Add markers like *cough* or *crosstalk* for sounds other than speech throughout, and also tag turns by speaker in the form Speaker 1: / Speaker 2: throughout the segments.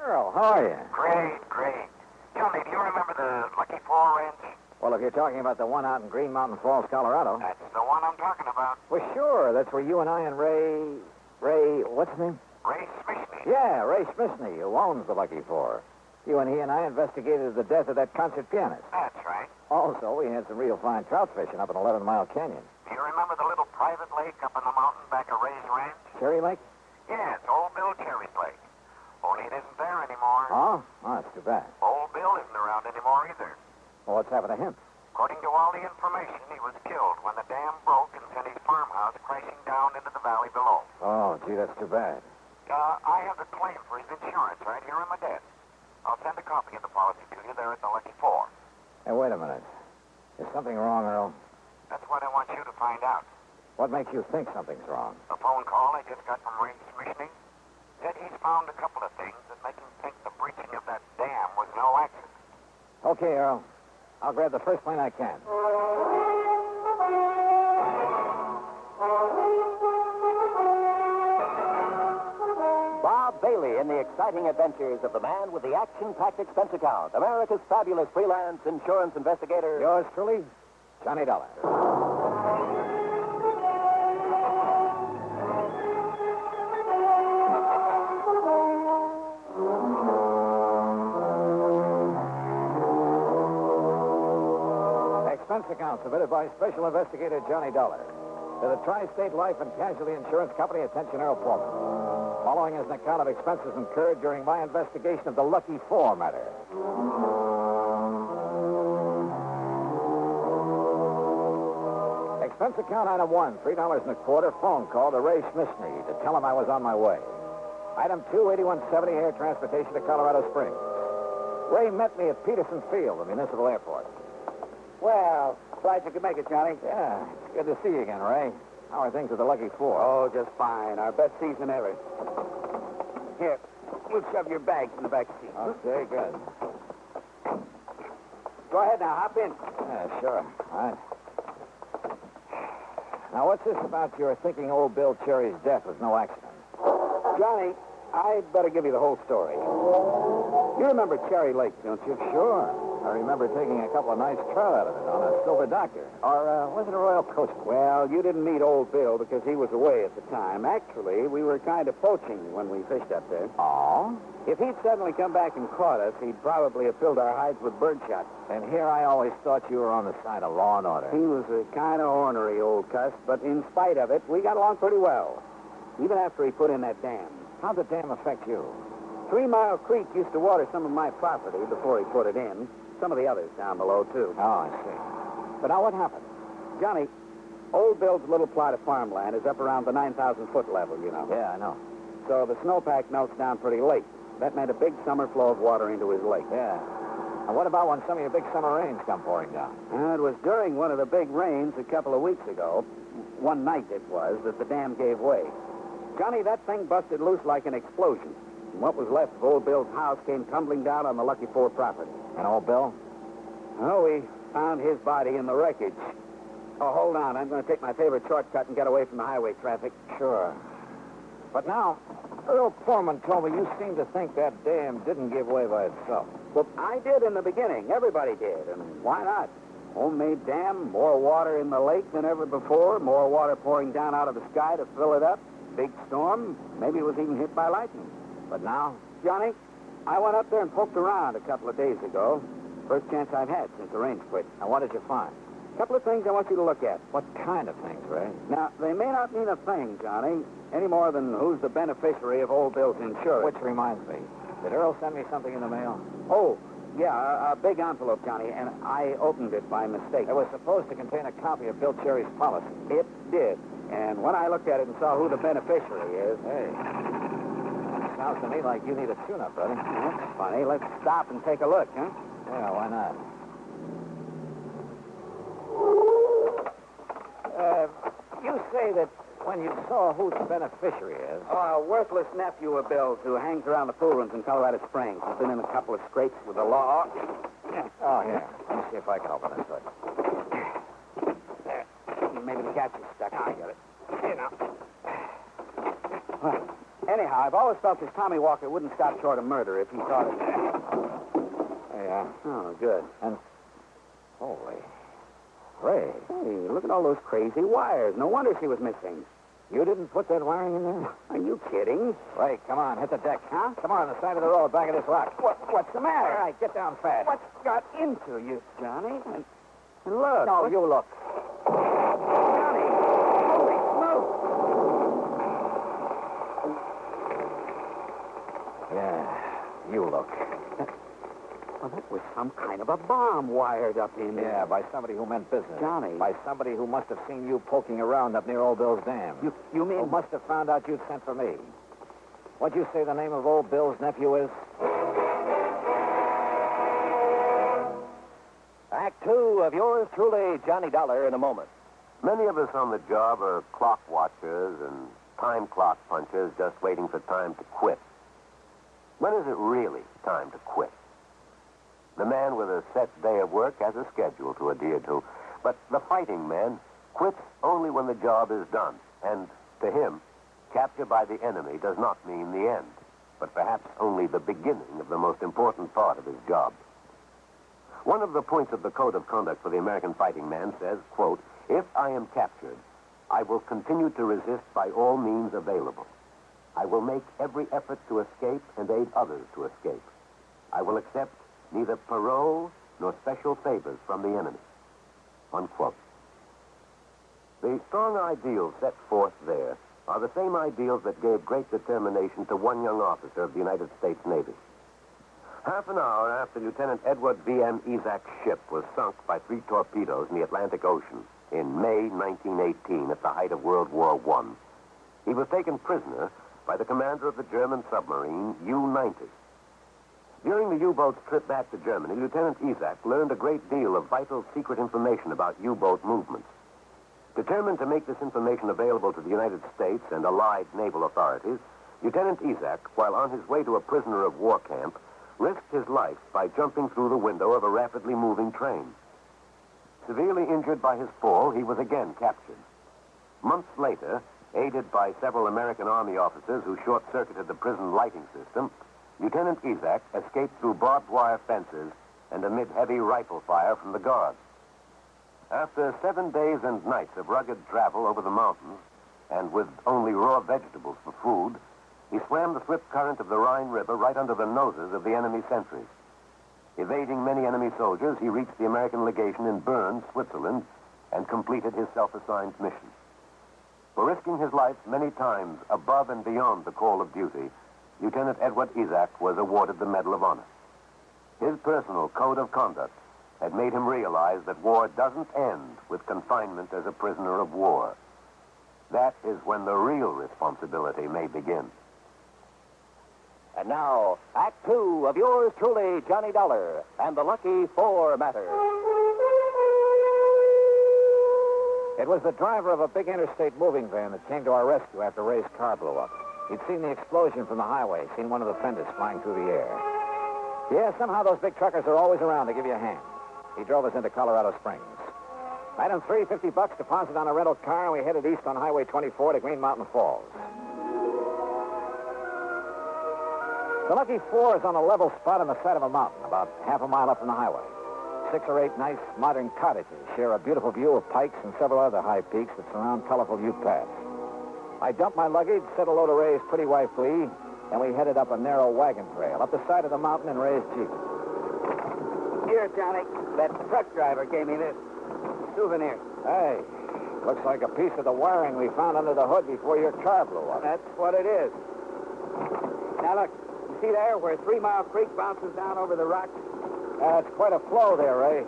Speaker 1: Earl, how are you?
Speaker 2: Great, great. Tell me, do you remember the Lucky Fall Ranch?
Speaker 1: Well, if you're talking about the one out in Green Mountain Falls, Colorado.
Speaker 2: That's the one I'm talking about.
Speaker 1: Well, sure. That's where you and I and Ray. Ray, what's his name?
Speaker 2: Ray Smithney.
Speaker 1: Yeah, Ray Smithney, who owns the Lucky Four. You and he and I investigated the death of that concert pianist.
Speaker 2: That's right.
Speaker 1: Also, we had some real fine trout fishing up in Eleven Mile Canyon.
Speaker 2: Do you remember the little private lake up in the mountain back of Ray's ranch?
Speaker 1: Cherry Lake?
Speaker 2: Yeah, it's old Bill Cherry's lake. Only it isn't there anymore.
Speaker 1: Oh? Oh, that's too bad.
Speaker 2: Old Bill isn't around anymore either.
Speaker 1: Well, what's happened to him?
Speaker 2: According to all the information, he was killed when the dam broke and sent his farmhouse crashing down into the valley below.
Speaker 1: Oh, gee, that's too bad.
Speaker 2: Uh, I have the claim for his insurance right here in my desk. I'll send a copy of the policy to you there at the Lucky Four.
Speaker 1: Hey, wait a minute. Is something wrong, Earl?
Speaker 2: That's what I want you to find out.
Speaker 1: What makes you think something's wrong?
Speaker 2: A phone call I just got from Ray Commissioning said he's found a couple of things that make him think the breaching of that dam was no accident.
Speaker 1: Okay, Earl. I'll grab the first plane I can.
Speaker 3: Bob Bailey in the exciting adventures of the man with the action-packed expense account, America's fabulous freelance insurance investigator.
Speaker 1: Yours truly, Johnny Dollar. Expense account submitted by Special Investigator Johnny Dollar to the Tri-State Life and Casualty Insurance Company. Attention, Earl Foreman. Following is an account of expenses incurred during my investigation of the Lucky Four matter. Expense account item one, three dollars and a quarter, phone call to Ray Smishney to tell him I was on my way. Item two, eighty-one seventy, air transportation to Colorado Springs. Ray met me at Peterson Field, the municipal airport. Well, glad you could make it, Johnny. Yeah, it's good to see you again, Ray. How are things with the Lucky Four?
Speaker 4: Oh, just fine. Our best season ever. Here, we'll shove your bags in the back seat.
Speaker 1: okay, good.
Speaker 4: Go ahead now, hop in.
Speaker 1: Yeah, sure. All right. Now, what's this about your thinking old Bill Cherry's death was no accident?
Speaker 4: Johnny, I better give you the whole story. You remember Cherry Lake, don't you?
Speaker 1: Sure. I remember taking a couple of nice trout out of it on a Silver Doctor. Or uh, was it a Royal Coast?
Speaker 4: Well, you didn't meet old Bill because he was away at the time. Actually, we were kind of poaching when we fished up there.
Speaker 1: Oh.
Speaker 4: If he'd suddenly come back and caught us, he'd probably have filled our hides with birdshot.
Speaker 1: And here I always thought you were on the side of law and order.
Speaker 4: He was a kind of ornery old cuss, but in spite of it, we got along pretty well. Even after he put in that dam.
Speaker 1: How'd the dam affect you?
Speaker 4: Three Mile Creek used to water some of my property before he put it in. Some of the others down below, too.
Speaker 1: Oh, I see. But now what happened?
Speaker 4: Johnny, old Bill's little plot of farmland is up around the 9,000-foot level, you know.
Speaker 1: Yeah, I know.
Speaker 4: So the snowpack melts down pretty late. That meant a big summer flow of water into his lake.
Speaker 1: Yeah. And what about when some of your big summer rains come pouring down?
Speaker 4: Uh, it was during one of the big rains a couple of weeks ago, one night it was, that the dam gave way. Johnny, that thing busted loose like an explosion. And what was left of old Bill's house came tumbling down on the Lucky Four property.
Speaker 1: And old Bill?
Speaker 4: Well, we found his body in the wreckage. Oh, hold on. I'm going to take my favorite shortcut and get away from the highway traffic.
Speaker 1: Sure. But now, Earl Foreman told me you seem to think that dam didn't give way by itself.
Speaker 4: Well, I did in the beginning. Everybody did. And why not? Homemade dam, more water in the lake than ever before, more water pouring down out of the sky to fill it up. Big storm. Maybe it was even hit by lightning.
Speaker 1: But now?
Speaker 4: Johnny, I went up there and poked around a couple of days ago. First chance I've had since the rains quit.
Speaker 1: Now, what did you find?
Speaker 4: couple of things I want you to look at.
Speaker 1: What kind of things, Ray?
Speaker 4: Now, they may not mean a thing, Johnny, any more than who's the beneficiary of old Bill's insurance.
Speaker 1: Which reminds me, did Earl send me something in the mail?
Speaker 4: Oh, yeah, a, a big envelope, Johnny, and I opened it by mistake.
Speaker 1: It was supposed to contain a copy of Bill Cherry's policy.
Speaker 4: It did. And when I looked at it and saw who the beneficiary is,
Speaker 1: Hey, Sounds to me like you need a tune-up, buddy.
Speaker 4: That's funny. Let's stop and take a look, huh?
Speaker 1: Yeah, why not? Uh, you say that when you saw who the beneficiary is,
Speaker 4: Oh, a worthless nephew of Bill's who hangs around the pool rooms in Colorado Springs. He's been in a couple of scrapes with the law.
Speaker 1: Oh, here. Let me see if I can open this hood.
Speaker 4: There. Maybe the catch is stuck. Ah, I got it.
Speaker 2: You know.
Speaker 4: Well, anyhow, I've always felt this Tommy Walker wouldn't stop short of murder if he thought it.
Speaker 1: There you are.
Speaker 4: Oh, good.
Speaker 1: And, holy. Ray,
Speaker 4: Hey, look at all those crazy wires. No wonder she was missing.
Speaker 1: you didn't put that wiring in there?
Speaker 4: *laughs* Are you kidding?
Speaker 1: Ray, come on. Hit the deck.
Speaker 4: Huh?
Speaker 1: Come on, the side of the road, back of this rock.
Speaker 4: What, what's the
Speaker 1: All
Speaker 4: matter?
Speaker 1: right, get down fast.
Speaker 4: What's got into you, Johnny? And, and look.
Speaker 1: No,
Speaker 4: what-
Speaker 1: you look.
Speaker 4: Johnny. Holy smoke.
Speaker 1: Yeah, you look.
Speaker 4: Well, that was some kind of a bomb wired up in there.
Speaker 1: Yeah, by somebody who meant business.
Speaker 4: Johnny.
Speaker 1: By somebody who must have seen you poking around up near old Bill's dam.
Speaker 4: You, you mean...
Speaker 1: Who must have found out you'd sent for me. What'd you say the name of old Bill's nephew is?
Speaker 3: Act two of yours truly, Johnny Dollar, in a moment.
Speaker 5: Many of us on the job are clock watchers and time clock punchers just waiting for time to quit. When is it really time to quit? The man with a set day of work has a schedule to adhere to, but the fighting man quits only when the job is done. And to him, capture by the enemy does not mean the end, but perhaps only the beginning of the most important part of his job. One of the points of the Code of Conduct for the American Fighting Man says, quote, If I am captured, I will continue to resist by all means available. I will make every effort to escape and aid others to escape. I will accept neither parole nor special favors from the enemy. Unquote. The strong ideals set forth there are the same ideals that gave great determination to one young officer of the United States Navy. Half an hour after Lieutenant Edward V.M. Isaac's ship was sunk by three torpedoes in the Atlantic Ocean in May 1918 at the height of World War I, he was taken prisoner by the commander of the German submarine U-90. During the U-boat's trip back to Germany, Lieutenant Isaac learned a great deal of vital secret information about U-boat movements. Determined to make this information available to the United States and allied naval authorities, Lieutenant Isaac, while on his way to a prisoner of war camp, risked his life by jumping through the window of a rapidly moving train. Severely injured by his fall, he was again captured. Months later, aided by several American Army officers who short-circuited the prison lighting system, Lieutenant Isaac escaped through barbed wire fences and amid heavy rifle fire from the guards. After seven days and nights of rugged travel over the mountains, and with only raw vegetables for food, he swam the swift current of the Rhine River right under the noses of the enemy sentries. Evading many enemy soldiers, he reached the American legation in Bern, Switzerland, and completed his self-assigned mission. For risking his life many times above and beyond the call of duty, Lieutenant Edward Isaac was awarded the Medal of Honor. His personal code of conduct had made him realize that war doesn't end with confinement as a prisoner of war. That is when the real responsibility may begin.
Speaker 3: And now, Act Two of yours truly, Johnny Dollar, and the Lucky Four Matter.
Speaker 1: It was the driver of a big interstate moving van that came to our rescue after Ray's car blew up. He'd seen the explosion from the highway, seen one of the fenders flying through the air. Yeah, somehow those big truckers are always around to give you a hand. He drove us into Colorado Springs. Item three, 50 bucks deposit on a rental car, and we headed east on Highway 24 to Green Mountain Falls. The Lucky Four is on a level spot on the side of a mountain, about half a mile up from the highway. Six or eight nice modern cottages share a beautiful view of pikes and several other high peaks that surround colorful U paths. I dumped my luggage, said hello to Ray's pretty wife Lee, and we headed up a narrow wagon trail up the side of the mountain in Ray's Jeep.
Speaker 4: Here, Johnny. That truck driver gave me this souvenir.
Speaker 1: Hey, looks like a piece of the wiring we found under the hood before your car blew up.
Speaker 4: That's what it is. Now, look. You see there where Three Mile Creek bounces down over the rocks?
Speaker 1: That's quite a flow there, Ray.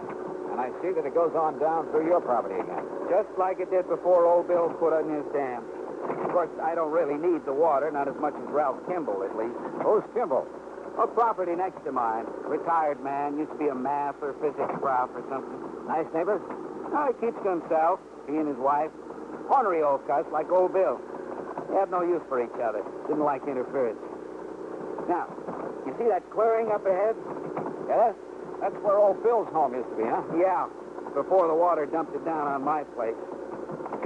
Speaker 1: And I see that it goes on down through your property again.
Speaker 4: Just like it did before old Bill put on his dam. Of course, I don't really need the water, not as much as Ralph Kimball, at least.
Speaker 1: Who's Kimball?
Speaker 4: A property next to mine. Retired man, used to be a math or physics prof or something.
Speaker 1: Nice neighbor?
Speaker 4: Oh, he keeps to himself, he and his wife. Ornery old cuss, like old Bill. They have no use for each other. Didn't like interference. Now, you see that clearing up ahead?
Speaker 1: Yes? That's where old Bill's home used to be, huh?
Speaker 4: Yeah, before the water dumped it down on my place.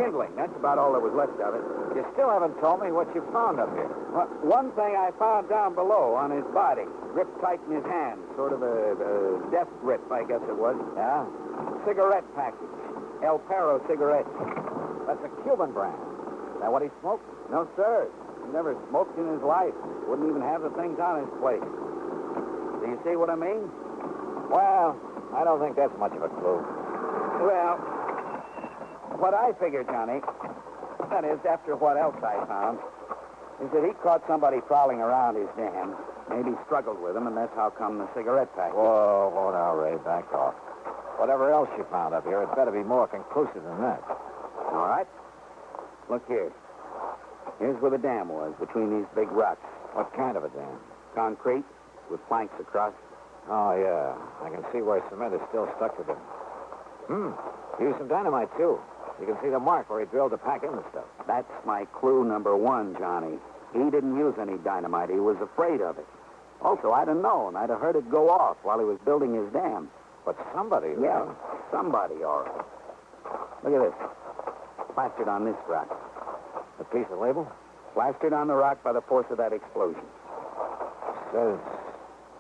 Speaker 4: Kindling, that's about all that was left of it.
Speaker 1: You still haven't told me what you found up here.
Speaker 4: Well, one thing I found down below on his body, gripped tight in his hand, sort of a, a death grip, I guess it was.
Speaker 1: Yeah?
Speaker 4: Cigarette package, El Perro cigarettes.
Speaker 1: That's a Cuban brand. Now, what he smoked?
Speaker 4: No, sir. He never smoked in his life. Wouldn't even have the things on his plate. Do you see what I mean?
Speaker 1: Well, I don't think that's much of a clue.
Speaker 4: Well, what I figure, Johnny, that is, after what else I found, is that he caught somebody prowling around his dam. Maybe struggled with him, and that's how come the cigarette pack.
Speaker 1: Whoa, whoa now, Ray, back off. Whatever else you found up here, it better be more conclusive than that.
Speaker 4: All right. Look here. Here's where the dam was, between these big rocks.
Speaker 1: What kind of a dam?
Speaker 4: Concrete, with planks across.
Speaker 1: Oh, yeah. I can see where cement is still stuck to them. Hmm. Used some dynamite, too. You can see the mark where he drilled to pack in the stuff.
Speaker 4: That's my clue number one, Johnny. He didn't use any dynamite. He was afraid of it. Also, I'd have known. I'd have heard it go off while he was building his dam.
Speaker 1: But somebody...
Speaker 4: Yeah, right? somebody, all right. Look at this. Plastered on this rock.
Speaker 1: A piece of label?
Speaker 4: Plastered on the rock by the force of that explosion.
Speaker 1: Says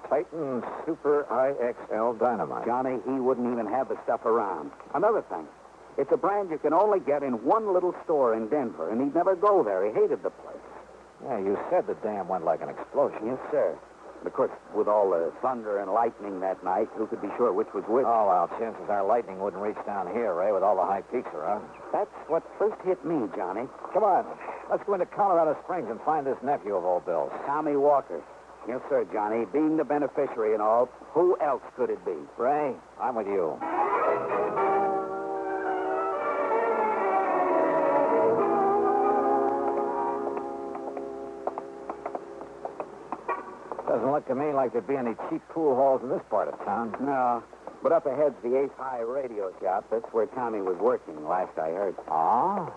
Speaker 1: Titan Super IXL Dynamite.
Speaker 4: Johnny, he wouldn't even have the stuff around. Another thing, it's a brand you can only get in one little store in Denver, and he'd never go there. He hated the place.
Speaker 1: Yeah, you said the dam went like an explosion.
Speaker 4: Yes, sir. But of course, with all the thunder and lightning that night, who could be sure which was which?
Speaker 1: Oh, well, chances are lightning wouldn't reach down here, Ray, with all the high peaks around.
Speaker 4: That's what first hit me, Johnny.
Speaker 1: Come on. Let's go into Colorado Springs and find this nephew of old Bill's.
Speaker 4: Tommy Walker. Yes, sir, Johnny. Being the beneficiary and all, who else could it be?
Speaker 1: Ray, I'm with you. Doesn't look to me like there'd be any cheap pool halls in this part of town.
Speaker 4: No. But up ahead's the Ace High radio shop. That's where Tommy was working last I heard.
Speaker 1: Ah?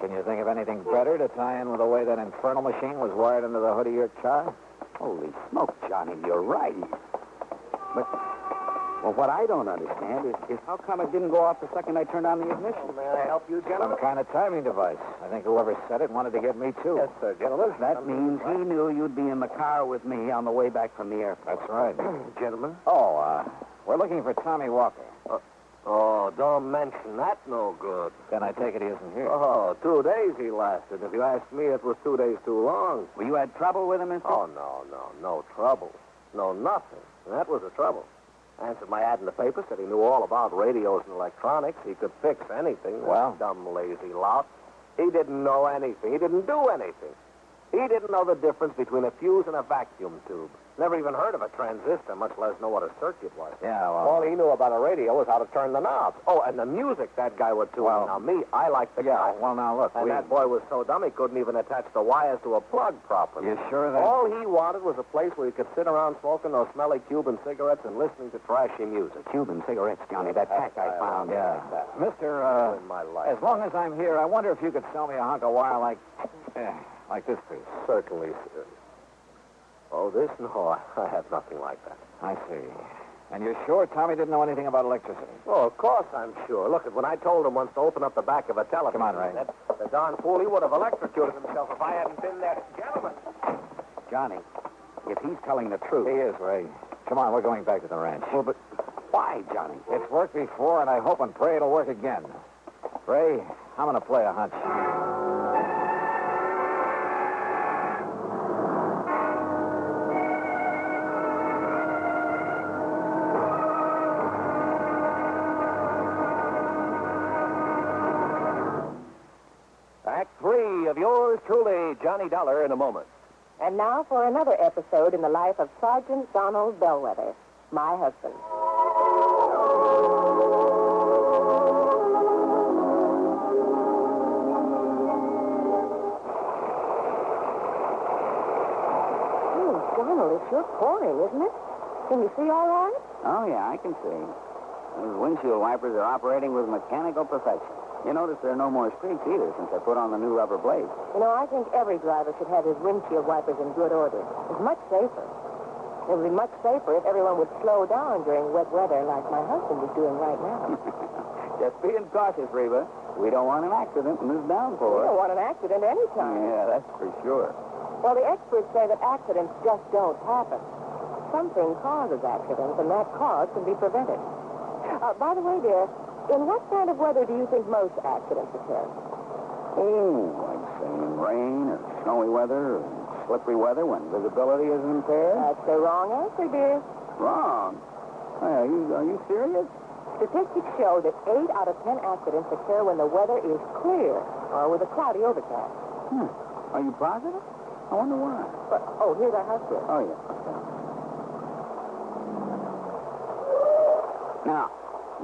Speaker 1: Can you think of anything better to tie in with the way that infernal machine was wired into the hood of your car?
Speaker 4: Holy smoke, Johnny, you're right. But, well, what I don't understand is, is how come it didn't go off the second I turned on the ignition?
Speaker 3: may I help you, gentlemen?
Speaker 1: Some kind of timing device. I think whoever said it wanted to get me, too.
Speaker 3: Yes, sir, gentlemen.
Speaker 4: That means he knew you'd be in the car with me on the way back from the airport.
Speaker 1: That's right.
Speaker 3: *clears throat* gentlemen?
Speaker 1: Oh, uh, we're looking for Tommy Walker.
Speaker 3: Oh, don't mention that no good.
Speaker 1: Then I take it he isn't here.
Speaker 3: Oh, two days he lasted. If you ask me, it was two days too long.
Speaker 4: Well, you had trouble with him, mister?
Speaker 3: Oh, no, no, no trouble. No, nothing. That was the trouble. Answered my ad in the paper, said he knew all about radios and electronics. He could fix anything.
Speaker 1: Well?
Speaker 3: Dumb, lazy lout. He didn't know anything. He didn't do anything. He didn't know the difference between a fuse and a vacuum tube. Never even heard of a transistor, much less know what a circuit was.
Speaker 1: Yeah, well-
Speaker 3: All he knew about a radio was how to turn the knobs. Oh, and the music that guy would tune.
Speaker 1: Well-
Speaker 3: now, me, I like the guy.
Speaker 1: Yeah, well, now, look,
Speaker 3: Oh, And
Speaker 1: we...
Speaker 3: that boy was so dumb he couldn't even attach the wires to a plug properly.
Speaker 1: You sure that...
Speaker 3: All he wanted was a place where he could sit around smoking those smelly Cuban cigarettes and listening to trashy music.
Speaker 4: Cuban cigarettes, Johnny. That pack I found.
Speaker 1: Yeah. Mister, uh,
Speaker 3: In my life.
Speaker 1: as long as I'm here, I wonder if you could sell me a hunk of wire like... eh, like this piece.
Speaker 3: Certainly, sir. Oh, this? No, I have nothing like that.
Speaker 1: I see. And you're sure Tommy didn't know anything about electricity?
Speaker 3: Oh, of course I'm sure. Look, when I told him once to open up the back of a telephone...
Speaker 1: Come on, Ray.
Speaker 3: That, the darn fool, he would have electrocuted himself if I hadn't been there. Gentlemen,
Speaker 4: Johnny, if he's telling the truth.
Speaker 1: He is, Ray. Come on, we're going back to the ranch.
Speaker 4: Well, but why, Johnny?
Speaker 1: It's worked before, and I hope and pray it'll work again. Ray, I'm going to play a hunch.
Speaker 3: Act three of yours truly, Johnny Dollar, in a moment.
Speaker 6: And now for another episode in the life of Sergeant Donald Bellwether, my husband. Hmm, Donald, it's sure pouring, isn't it? Can you see all right?
Speaker 4: Oh, yeah, I can see. Those windshield wipers are operating with mechanical perfection. You notice there are no more streaks either since I put on the new rubber blades.
Speaker 6: You know, I think every driver should have his windshield wipers in good order. It's much safer. It would be much safer if everyone would slow down during wet weather like my husband is doing right now.
Speaker 4: Just being cautious, Reba. We don't want an accident in this
Speaker 6: We don't
Speaker 4: downpour.
Speaker 6: want an accident anytime.
Speaker 4: Yeah, that's for sure.
Speaker 6: Well, the experts say that accidents just don't happen. Something causes accidents, and that cause can be prevented. Uh, by the way, dear, in what kind of weather do you think most accidents occur?
Speaker 4: Oh, like saying rain or snowy weather or slippery weather when visibility is impaired?
Speaker 6: That's the wrong answer, dear.
Speaker 4: Wrong. Hey, are you are you serious?
Speaker 6: Statistics show that eight out of ten accidents occur when the weather is clear or with a cloudy overcast.
Speaker 4: Hmm. Are you positive? I wonder why.
Speaker 6: But, oh, here's our husband.
Speaker 4: Oh yeah. okay. Now,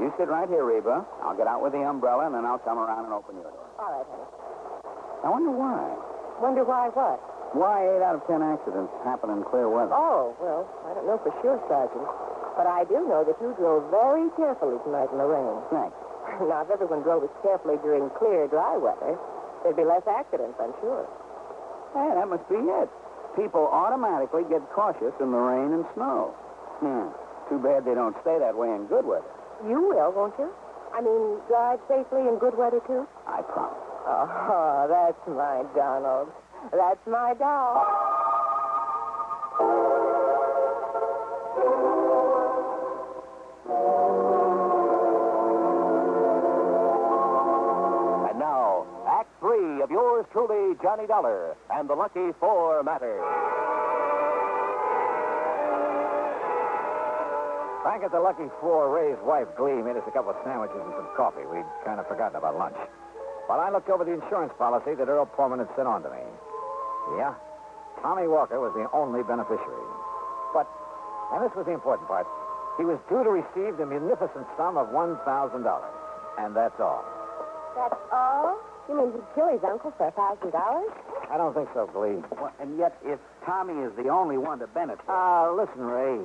Speaker 4: you sit right here, Reba. I'll get out with the umbrella and then I'll come around and open your door.
Speaker 6: All right, honey.
Speaker 4: I wonder why.
Speaker 6: Wonder why what?
Speaker 4: Why eight out of ten accidents happen in clear weather?
Speaker 6: Oh, well, I don't know for sure, Sergeant. But I do know that you drove very carefully tonight in the rain.
Speaker 4: Thanks.
Speaker 6: Now, if everyone drove as carefully during clear, dry weather, there'd be less accidents, I'm sure.
Speaker 4: Hey, that must be it. People automatically get cautious in the rain and snow. Hmm. Too bad they don't stay that way in good weather.
Speaker 6: You will, won't you? I mean, drive safely in good weather, too?
Speaker 4: I promise.
Speaker 6: Oh, *laughs* that's my Donald. That's my doll.
Speaker 5: And now, Act Three of yours truly, Johnny Dollar, and the Lucky Four Matter.
Speaker 1: Back at the Lucky Four, Ray's wife, Glee, made us a couple of sandwiches and some coffee. We'd kind of forgotten about lunch. While I looked over the insurance policy that Earl Pullman had sent on to me. Yeah, Tommy Walker was the only beneficiary. But, and this was the important part, he was due to receive the munificent sum of $1,000. And that's all.
Speaker 6: That's all? You mean he'd kill his uncle for a thousand dollars?
Speaker 1: I don't think so, Glee.
Speaker 4: Well, and yet, if Tommy is the only one to benefit,
Speaker 1: Ah, listen, Ray.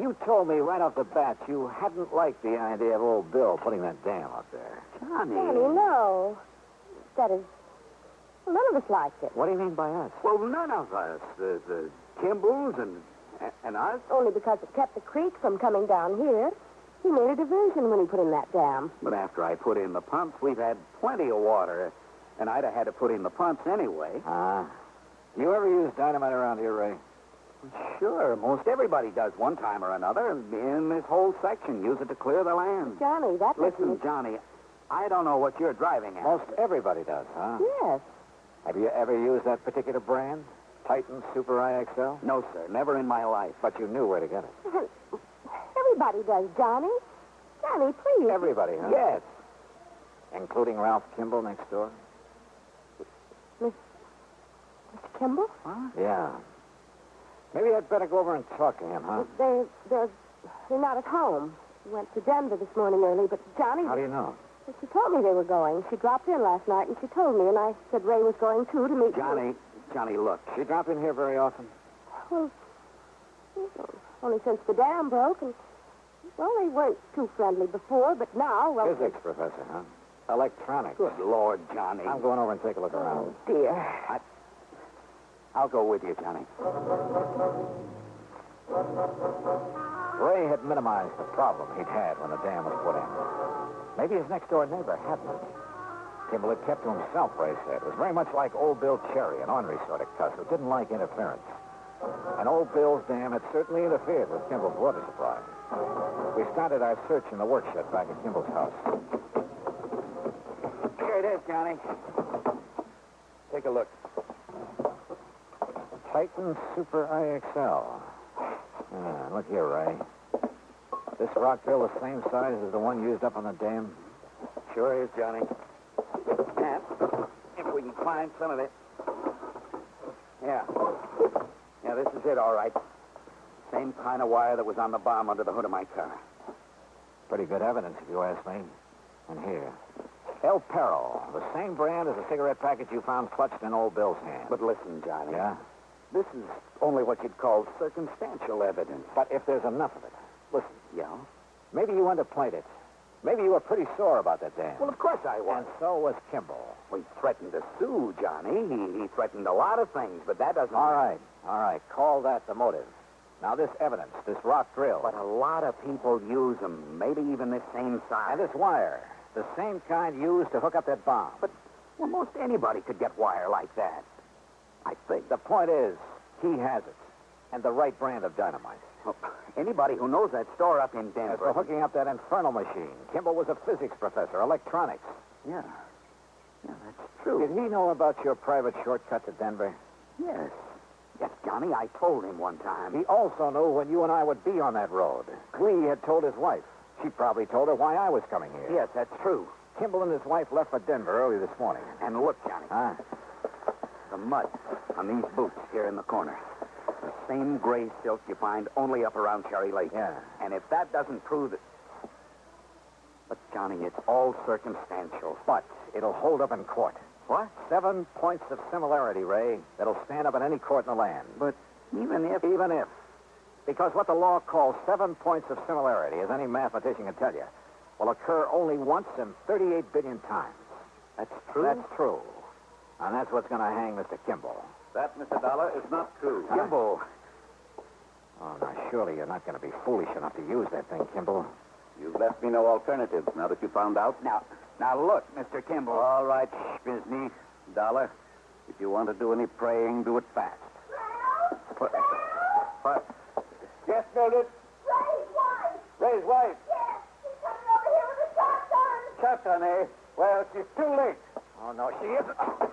Speaker 1: You told me right off the bat you hadn't liked the idea of old Bill putting that dam up there.
Speaker 4: Johnny.
Speaker 6: no. That is, none of us liked it.
Speaker 1: What do you mean by us?
Speaker 4: Well, none of us. The, the Kimballs and, and us.
Speaker 6: Only because it kept the creek from coming down here. He made a diversion when he put in that dam.
Speaker 4: But after I put in the pumps, we've had plenty of water. And I'd have had to put in the pumps anyway.
Speaker 1: Ah. You ever use dynamite around here, Ray?
Speaker 4: Sure, most everybody does one time or another. and In this whole section, use it to clear the land.
Speaker 6: Johnny, that was
Speaker 4: Listen, Johnny, I don't know what you're driving at.
Speaker 1: Most everybody does, huh?
Speaker 6: Yes.
Speaker 1: Have you ever used that particular brand? Titan Super IXL?
Speaker 4: No, sir, never in my life.
Speaker 1: But you knew where to get it.
Speaker 6: Everybody does, Johnny. Johnny, please.
Speaker 1: Everybody, huh?
Speaker 4: Yes.
Speaker 1: Including Ralph Kimball next door?
Speaker 6: Mr. Kimball?
Speaker 1: Yeah. Maybe I'd better go over and talk to him, huh?
Speaker 6: Uh, They, they're, they're not at home. Went to Denver this morning early, but Johnny,
Speaker 1: How do you know?
Speaker 6: she told me they were going. She dropped in last night, and she told me, and I said Ray was going, too, to meet you.
Speaker 4: Johnny, Johnny, look.
Speaker 1: You drop in here very often?
Speaker 6: Only since the dam broke, and, well, they weren't too friendly before, but now, well...
Speaker 1: Physics professor, huh? Electronics.
Speaker 4: Good Lord, Johnny.
Speaker 1: I'm going over and take a look around.
Speaker 6: dear.
Speaker 4: I'll go with you, Johnny.
Speaker 1: Ray had minimized the problem he'd had when the dam was put in. Maybe his next door neighbor hadn't. Kimball had kept to himself, Ray said. It was very much like old Bill Cherry, an ornery sort of cuss who didn't like interference. And old Bill's dam had certainly interfered with Kimball's water supply. We started our search in the work shed back at Kimball's house.
Speaker 4: Here it is, Johnny. Take a look.
Speaker 1: Titan Super IXL. Ah, look here, Ray. This rock drill the same size as the one used up on the dam?
Speaker 4: Sure is, Johnny. And if we can find some of it. Yeah. Yeah, this is it, all right. Same kind of wire that was on the bomb under the hood of my car.
Speaker 1: Pretty good evidence, if you ask me. And here. El
Speaker 4: Oh,
Speaker 1: Perro, the same brand as the cigarette package you found clutched in old Bill's hand.
Speaker 4: But listen, Johnny.
Speaker 1: yeah?
Speaker 4: This is only what you'd call circumstantial evidence.
Speaker 1: But if there's enough of it, listen,
Speaker 4: Yeah?
Speaker 1: maybe you underplayed it. Maybe you were pretty sore about that dam.
Speaker 4: Well, of course I was.
Speaker 1: and so was Kimball.
Speaker 4: Well, he threatened to sue Johnny. He, he threatened a lot of things, but that doesn't.
Speaker 1: All right, all right. Call that the motive. Now, this evidence, this rock drill,
Speaker 4: But a lot of people use them, maybe even this same size.
Speaker 1: and this wire, the same kind used to hook up that bomb.
Speaker 4: But well, most anybody could get wire like that. I think.
Speaker 1: The point is, he has it, and the right brand of dynamite.
Speaker 4: Well, anybody who knows that store up in
Speaker 1: As
Speaker 4: Denver.
Speaker 1: for hooking up that infernal machine, Kimball was a physics professor, electronics.
Speaker 4: Yeah. Yeah, that's
Speaker 1: Did
Speaker 4: true.
Speaker 1: he know about your private shortcut to Denver?
Speaker 4: Yes. Yes, Johnny, I told him one time.
Speaker 1: He also knew when you and I would be on that road. Clee had told his wife. She probably told her why I was coming here.
Speaker 4: Yes, that's true.
Speaker 1: Kimball and his wife left for Denver early this morning.
Speaker 4: And look, Johnny,
Speaker 1: Huh?
Speaker 4: the mud on these boots here in the corner. The same gray silk you find only up around Cherry Lake.
Speaker 1: Yeah.
Speaker 4: And if that doesn't prove it. But, Johnny, it's all circumstantial.
Speaker 1: But it'll hold up in court.
Speaker 4: What?
Speaker 1: Seven points of similarity, Ray, that'll stand up in any court in the land.
Speaker 4: But even if.
Speaker 1: Even if. Because what the law calls seven points of similarity, as any mathematician can tell you, will occur only once in 38 billion times.
Speaker 4: That's
Speaker 1: That's true. And that's what's going to hang Mr. Kimball.
Speaker 3: That, Mr. Dollar, is not true.
Speaker 4: Kimball.
Speaker 1: Oh, now, surely you're not going to be foolish enough to use that thing, Kimball.
Speaker 3: You've left me no alternative now that you found out.
Speaker 4: Now, now look, Mr. Kimball.
Speaker 3: All right, shh, Miss Neat. Dollar, if you want to do any praying, do it fast. What? What? Yes, Mildred? Ray's wife. Shotgun, eh? Well, she's too late.
Speaker 1: Oh, no, she
Speaker 4: *coughs*
Speaker 1: isn't.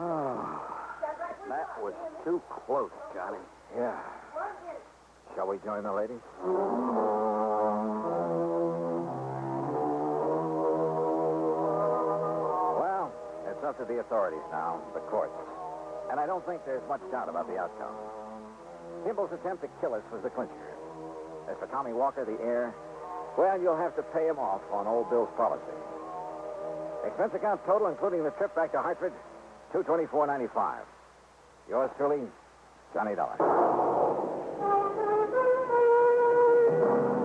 Speaker 4: Ah, That was too close, Johnny.
Speaker 1: Yeah. Shall we join the ladies? Well, it's up to the authorities now, the courts. And I don't think there's much doubt about the outcome. Kimball's attempt to kill us was the clincher. As for Tommy Walker, the heir, well, you'll have to pay him off on old Bill's policy. Expense account total, including the trip back to Hartford, two twenty-four ninety-five. Yours truly, Johnny Dollar.
Speaker 7: Thank you.